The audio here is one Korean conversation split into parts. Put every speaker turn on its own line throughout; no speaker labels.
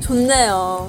좋네요.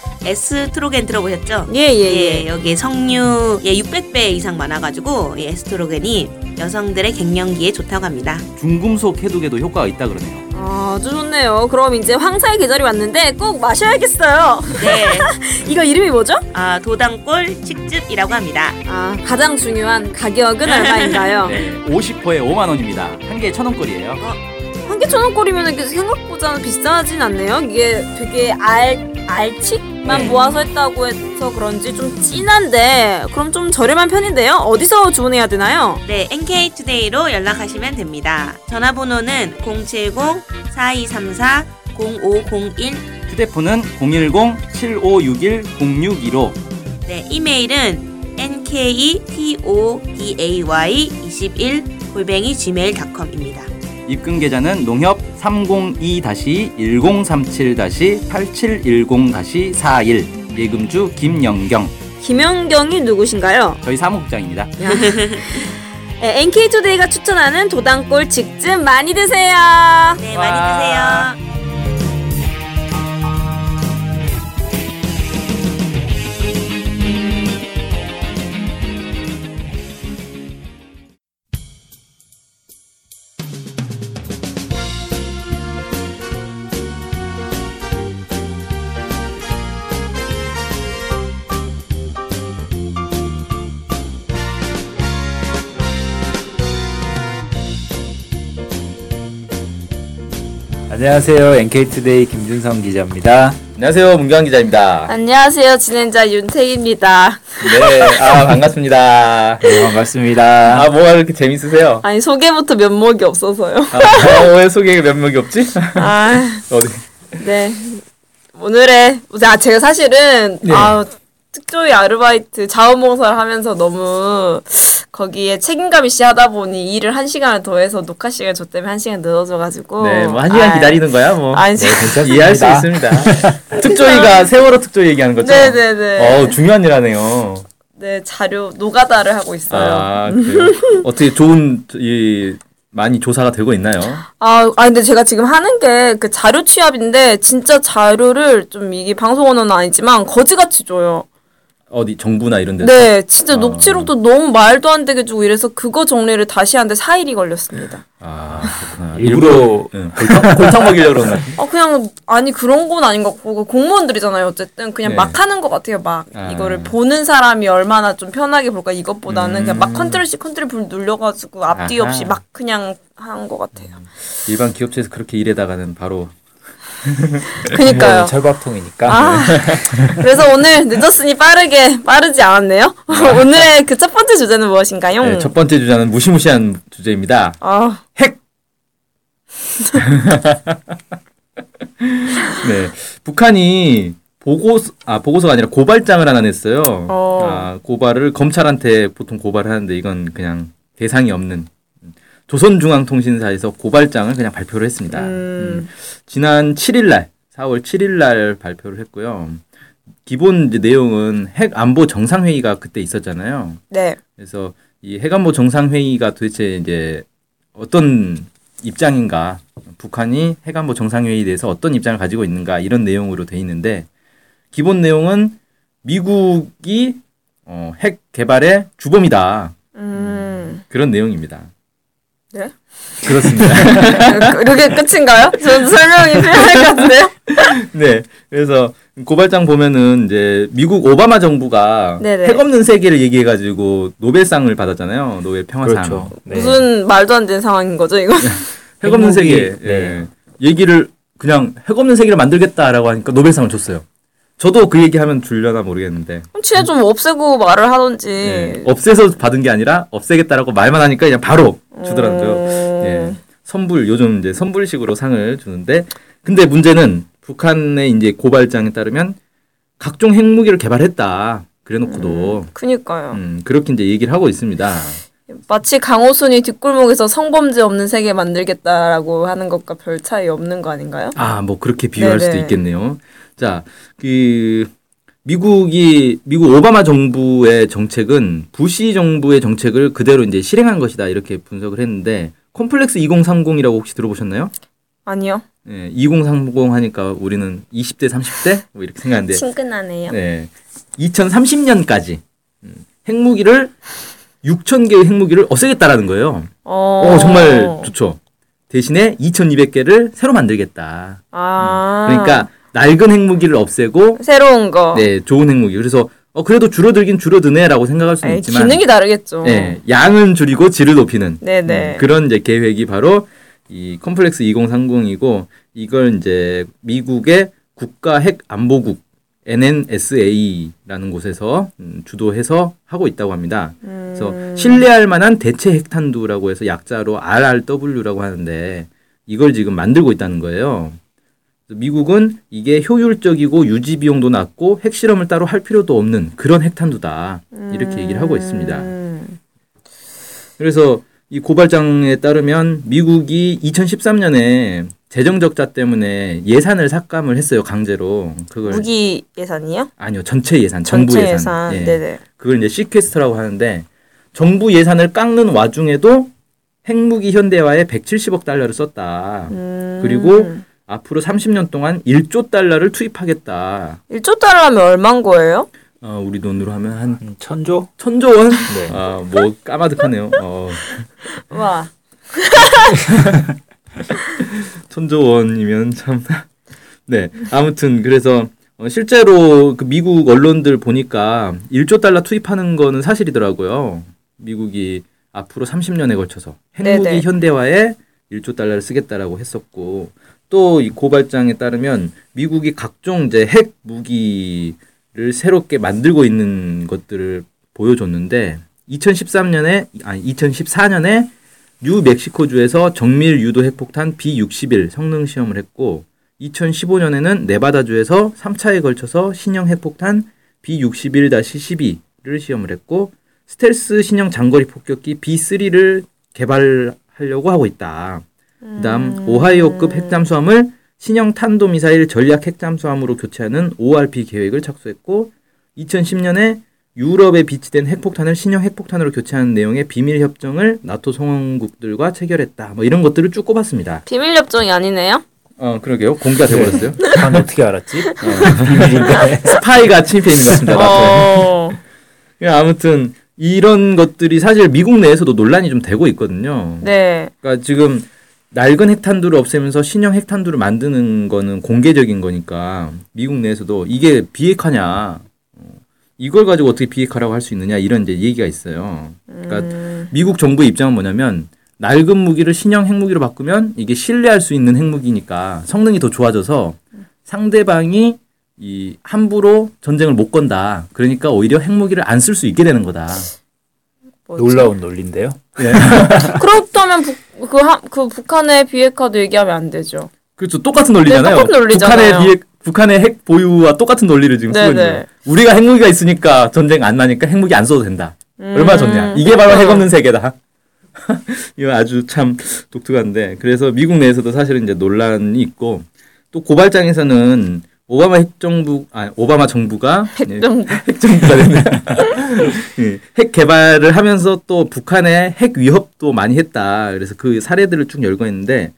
에스트로겐 들어보셨죠?
예예예.
여기 성류에 600배 이상 많아가지고 이 에스트로겐이 여성들의 갱년기에 좋다고 합니다.
중금속 해독에도 효과가 있다 그러네요.
아주 좋네요. 그럼 이제 황사의 계절이 왔는데 꼭 마셔야겠어요.
네,
이거 이름이 뭐죠?
아, 도당골 칡즙이라고 합니다.
아 가장 중요한 가격은 얼마인가요?
네, 50호에 5만 원입니다. 한 개에 천 원꼴이에요.
한 개 천 원꼴이면 이게 생각보다 비싸진 않네요. 이게 되게 알 알칡만
네.
모아서 했다고 해서 그런지 좀 진한데 그럼 좀 저렴한 편인데요. 어디서 주문해야 되나요?
네, NK투데이로 연락하시면 됩니다. 전화번호는 070-4234-0501
휴대폰은 010-7561-0615
네, 이메일은 nktoday21 골뱅이 gmail.com입니다.
입금 계좌는 농협 302-1037-8710-41 예금주 김영경
김연경이 누구신가요?
저희 사무국장입니다.
네, NK투데이가 추천하는 도당골 직즙 많이 드세요.
네,
와.
많이 드세요.
안녕하세요. NK투데이 김준성 기자입니다.
안녕하세요 문경 기자입니다.
안녕하세요. 진행자 윤택입니다.
네, 아 반갑습니다.
네, 반갑습니다.
아 뭐가 그렇게 재밌으세요?
아니 소개부터 면목이 없어서요.
아, 아, 왜 소개가 면목이 없지?
아.
어디?
네. 오늘의 아 제가 사실은
네.
아 특조위 아르바이트 자원봉사를 하면서 너무 거기에 책임감이 씨하다 보니 일을 한 시간을 더해서 녹화 시간 저 때문에 한 시간 늦어져가지고
네, 뭐 한 시간
아,
기다리는 거야, 뭐
아니 지
괜찮습니다.
이해할 수 있습니다. 특조위가 세월호 특조위 얘기하는 거죠?
네네네
어, 중요한 일 하네요.
네 자료 노가다를 하고 있어요
아, 그래요? 어떻게 좋은 이 많이 조사가 되고 있나요?
아, 아 근데 제가 지금 하는 게 그 자료 취합인데 진짜 자료를 좀 이게 방송언어는 아니지만 거지같이 줘요
어디 정부나 이런 데서?
네, 진짜
어.
녹취록도 너무 말도 안 되게 주고 이래서 그거 정리를 다시 하는데 4일이 걸렸습니다.
아, 그렇구나.
일부러
응, 골탕, 골탕 먹이려고 그런 거 같아.
아, 그냥, 아니, 그런 건 아닌 것 같고, 공무원들이잖아요. 어쨌든, 그냥
네.
막 하는 것 같아요. 막,
아.
이거를 보는 사람이 얼마나 좀 편하게 볼까, 이것보다는 그냥 막 컨트롤 C, 컨트롤 V 눌려가지고, 앞뒤
음. 아하.
없이 막 그냥 한 것 같아요.
일반 기업체에서 그렇게 일하다가는 바로 네,
그니까요.
철밥통이니까.
아, 그래서 오늘 늦었으니 빠르게, 빠르지 않았네요. 오늘의 그 첫 번째 주제는 무엇인가요?
네, 첫 번째 주자는 무시무시한 주제입니다.
아,
네, 북한이 보고서 아 보고서가 아니라 고발장을 하나 냈어요.
어.
아 고발을 검찰한테 보통 고발을 하는데 이건 그냥 대상이 없는 조선중앙통신사에서 고발장을 그냥 발표를 했습니다. 음,
음,
지난 7일날 4월 7일날 발표를 했고요. 기본 이제 내용은 핵 안보 정상회의가 그때 있었잖아요.
네.
그래서 이 해관보 정상회의가 도대체 이제 어떤 입장인가, 북한이 해관보 정상회의에 대해서 어떤 입장을 가지고 있는가 이런 내용으로 돼 있는데 기본 내용은 미국이 어, 핵 개발의 주범이다
음.
그런 내용입니다.
네?
그렇습니다.
이렇게 끝인가요? 전 설명이 필요할 것 같은데요?
네. 그래서 고발장 보면은 이제 미국 오바마 정부가
네네.
핵 없는 세계를 얘기해 가지고 노벨상을 받았잖아요. 노벨 평화상.
그렇죠. 네.
무슨 말도 안 되는 상황인 거죠, 이거?
네. 핵 없는
핵무기,
세계
네.
예. 얘기를 그냥 핵 없는 세계를 만들겠다라고 하니까 노벨상을 줬어요. 저도 그 얘기하면 줄려나 모르겠는데
취해 좀 없애고 말을 하던지.
예. 없애서 받은 게 아니라 없애겠다라고 말만 하니까 그냥 바로 주더라고요.
음.
예. 선불 요즘 이제 선불식으로 상을 주는데 근데 문제는 북한의 이제 고발장에 따르면 각종 핵무기를 개발했다. 그래놓고도
그니까요.
음, 그렇게 이제 얘기를 하고 있습니다.
마치 강호순이 뒷골목에서 성범죄 없는 세계 만들겠다라고 하는 것과 별 차이 없는 거 아닌가요?
아, 뭐 그렇게 비유할
네네.
수도 있겠네요. 자, 그 미국이 미국 오바마 정부의 정책은 부시 정부의 정책을 그대로 이제 실행한 것이다 이렇게 분석을 했는데 콤플렉스 2030이라고 혹시 들어보셨나요?
아니요.
예, 2030 하니까 우리는 20대, 30대 뭐 이렇게 생각하는데
친근하네요.
네. 2030년까지 음, 핵무기를 6천 개의 핵무기를 없애겠다라는 거예요.
어,
어, 정말 좋죠. 대신에 2,200개를 새로 만들겠다.
아.
그러니까 낡은 핵무기를 없애고
새로운 거.
네 좋은 핵무기 그래서 어 그래도 줄어들긴 줄어드네라고 생각할 수는
아니,
있지만
기능이 다르겠죠.
네, 양은 줄이고 질을 높이는
그렇죠. 네네.
음, 그런 이제 계획이 바로 이 컴플렉스 2030이고 이걸 이제 미국의 국가 핵 안보국 NNSA라는 곳에서 음, 주도해서 하고 있다고 합니다.
음.
그래서 신뢰할 만한 대체 핵탄두라고 해서 약자로 RRW라고 하는데 이걸 지금 만들고 있다는 거예요. 그래서 미국은 이게 효율적이고 유지 비용도 낮고 핵실험을 따로 할 필요도 없는 그런 핵탄두다 이렇게 얘기를 하고 있습니다.
음.
그래서 이 고발장에 따르면 미국이 2013년에 재정 적자 때문에 예산을 삭감을 했어요 강제로 그걸
무기 예산이요?
아니요 전체 예산 정부
전체
예산,
예산.
예.
네네.
그걸 이제 시퀘스트라고 하는데 정부 예산을 깎는 와중에도 핵무기 현대화에 170억 달러를 썼다
음.
그리고 앞으로 30년 동안 1조 달러를 투입하겠다
1조 달러 하면 얼만 거예요?
어, 우리 돈으로 하면 한
음, 천조?
천조 원?
네.
아, 뭐 까마득하네요 어,
와.
천조 원이면 참. 네. 아무튼 그래서 어, 실제로 그 미국 언론들 보니까 1조 달러 투입하는 거는 사실이더라고요. 미국이 앞으로 30년에 걸쳐서 핵무기
네네.
현대화에 1조 달러를 쓰겠다라고 했었고 또 이 고발장에 따르면 미국이 각종 이제 핵 무기를 새롭게 만들고 있는 것들을 보여줬는데 2013년에 아니 2014년에 뉴멕시코주에서 정밀 유도 핵폭탄 B61 성능 시험을 했고 2015년에는 네바다주에서 3차에 걸쳐서 신형 핵폭탄 B61-12를 시험을 했고 스텔스 신형 장거리 폭격기 B3를 개발하려고 하고 있다. 그다음 오하이오급 핵잠수함을 신형 탄도미사일 전략 핵잠수함으로 교체하는 ORP 계획을 착수했고 2010년에 유럽에 비치된 핵폭탄을 신형 핵폭탄으로 교체하는 내용의 비밀 협정을 나토 성원국들과 체결했다. 뭐 이런 것들을 쭉 꼽았습니다.
비밀 협정이 아니네요?
어 그러게요. 공개가 돼버렸어요.
난 어떻게 알았지? 비밀인데.
스파이가 침입해 있는 것 같습니다. 나토에.
어.
예, 아무튼 이런 것들이 사실 미국 내에서도 논란이 좀 되고 있거든요.
네.
그러니까 지금 낡은 핵탄두를 없애면서 신형 핵탄두를 만드는 거는 공개적인 거니까 미국 내에서도 이게 비핵화냐 어, 이걸 가지고 어떻게 비핵화라고 할 수 있느냐 이런 이제 얘기가 있어요. 그러니까 미국 정부의 입장은 뭐냐면 낡은 무기를 신형 핵무기로 바꾸면 이게 신뢰할 수 있는 핵무기니까 성능이 더 좋아져서 상대방이 이 함부로 전쟁을 못 건다. 그러니까 오히려 핵무기를 안 쓸 수 있게 되는 거다. 어,
뭐지?
놀라운 논리인데요.
그렇다면 북, 그, 하, 그 북한의 비핵화도 얘기하면 안 되죠.
그렇죠. 똑같은 논리잖아요.
네, 똑같은 논리잖아요.
북한의 비핵, 북한의 핵 보유와 똑같은 논리를 지금 쓰고
네네.
있는 거예요. 우리가 핵무기가 있으니까 전쟁 안 나니까 핵무기 안 써도 된다.
음.
얼마나 좋냐. 이게 바로
그렇죠.
핵 없는 세계다. 이거 아주 참 독특한데. 그래서 미국 내에서도 사실은 이제 논란이 있고 또 고발장에서는 오바마 핵정부 아 오바마 정부가 예,
좀
핵정부가 됐네. 예, 핵 개발을 하면서 또 북한의 핵 위협도 많이 했다. 그래서 그 사례들을 쭉 열거했는데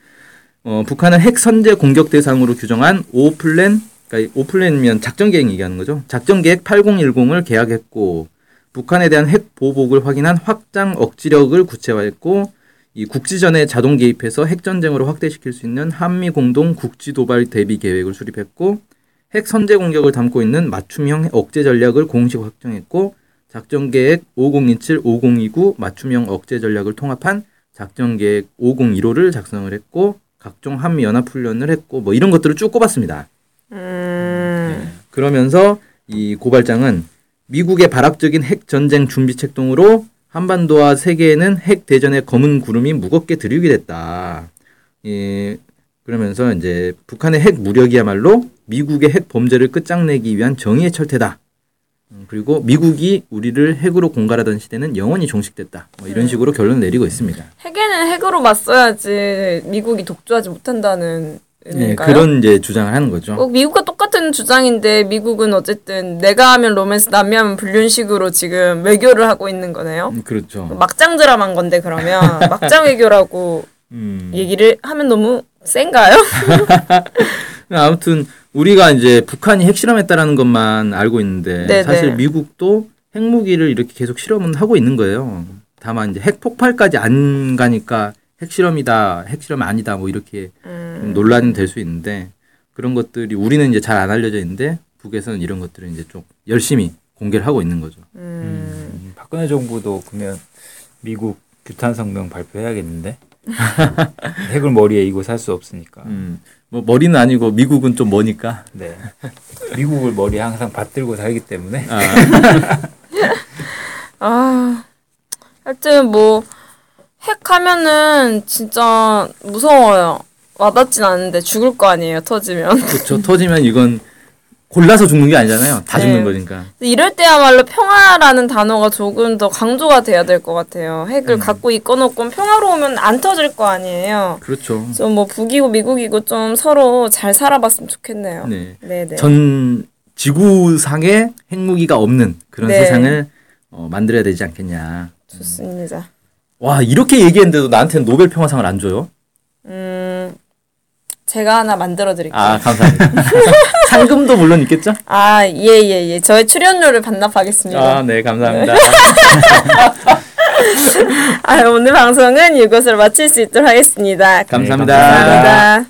어, 북한은 핵 선제 공격 대상으로 규정한 오플랜 그러니까 이 오플랜이면 작전 계획 얘기하는 거죠. 작전 계획 8010을 계약했고 북한에 대한 핵 보복을 확인한 확장 억지력을 구체화했고 이 국지전에 자동 개입해서 핵 전쟁으로 확대시킬 수 있는 한미 공동 국지 도발 대비 계획을 수립했고 핵 선제 공격을 담고 있는 맞춤형 억제 전략을 공식 확정했고 작전 계획 5027, 5029 맞춤형 억제 전략을 통합한 작전 계획 5015를 작성을 했고 각종 한미 연합 훈련을 했고 뭐 이런 것들을 쭉 꼽았습니다.
음.
그러면서 이 고발장은 미국의 발악적인 핵 전쟁 준비 책동으로 한반도와 세계에는 핵 대전의 검은 구름이 무겁게 들이우게 됐다. 예, 그러면서 이제 북한의 핵 무력이야말로 미국의 핵 범죄를 끝장내기 위한 정의의 철퇴다. 음, 그리고 미국이 우리를 핵으로 공갈하던 시대는 영원히 종식됐다. 뭐
네.
이런 식으로 결론을 내리고 있습니다.
핵에는 핵으로 맞서야지 미국이 독주하지 못한다는
네,
의미인가요?
그런 이제 주장을 하는 거죠.
꼭 미국과 똑같은 주장인데 미국은 어쨌든 내가 하면 로맨스 남이 하면 불륜식으로 지금 외교를 하고 있는 거네요.
음, 그렇죠.
막장 드라마인 건데 그러면 막장 외교라고
음.
얘기를 하면 너무 센가요?
아무튼 우리가 이제 북한이 핵실험했다라는 것만 알고 있는데
네네.
사실 미국도 핵무기를 이렇게 계속 실험은 하고 있는 거예요. 다만 이제 핵폭발까지 안 가니까 핵실험이다, 핵실험 아니다 뭐 이렇게
음.
좀 논란이 될 수 있는데 그런 것들이 우리는 이제 잘 안 알려져 있는데 북에서는 이런 것들을 이제 좀 열심히 공개를 하고 있는 거죠.
음, 박근혜 정부도 그러면 미국 규탄 성명 발표해야겠는데 핵을 머리에 이고 살 수 없으니까.
음, 뭐 머리는 아니고 미국은 좀 머니까
네. 미국을 머리에 항상 받들고 살기 때문에
아, 하여튼 뭐 핵하면은 진짜 무서워요. 와닿진 않은데 죽을 거 아니에요 터지면.
그렇죠. 터지면 이건 골라서 죽는 게 아니잖아요. 다 죽는
네.
거니까.
이럴 때야말로 평화라는 단어가 조금 더 강조가 돼야 될 것 같아요.
음.
핵을 갖고 있건 없건 평화로우면 안 터질 거 아니에요.
그렇죠.
좀 뭐 북이고 미국이고 좀 서로 잘 살아봤으면 좋겠네요.
네.
네, 네.
전 지구상에 핵무기가 없는 그런
네.
세상을 어, 만들어야 되지 않겠냐.
좋습니다.
와 이렇게 얘기했는데도 나한테는 노벨 평화상을 안 줘요?
음, 제가 하나 만들어 드릴게요.
아 감사합니다. 상금도 물론 있겠죠?
아, 예, 예, 예. 저의 출연료를 반납하겠습니다.
아 네 감사합니다.
아, 오늘 방송은 이것으로 마칠 수 있도록 하겠습니다.
감사합니다.
감사합니다.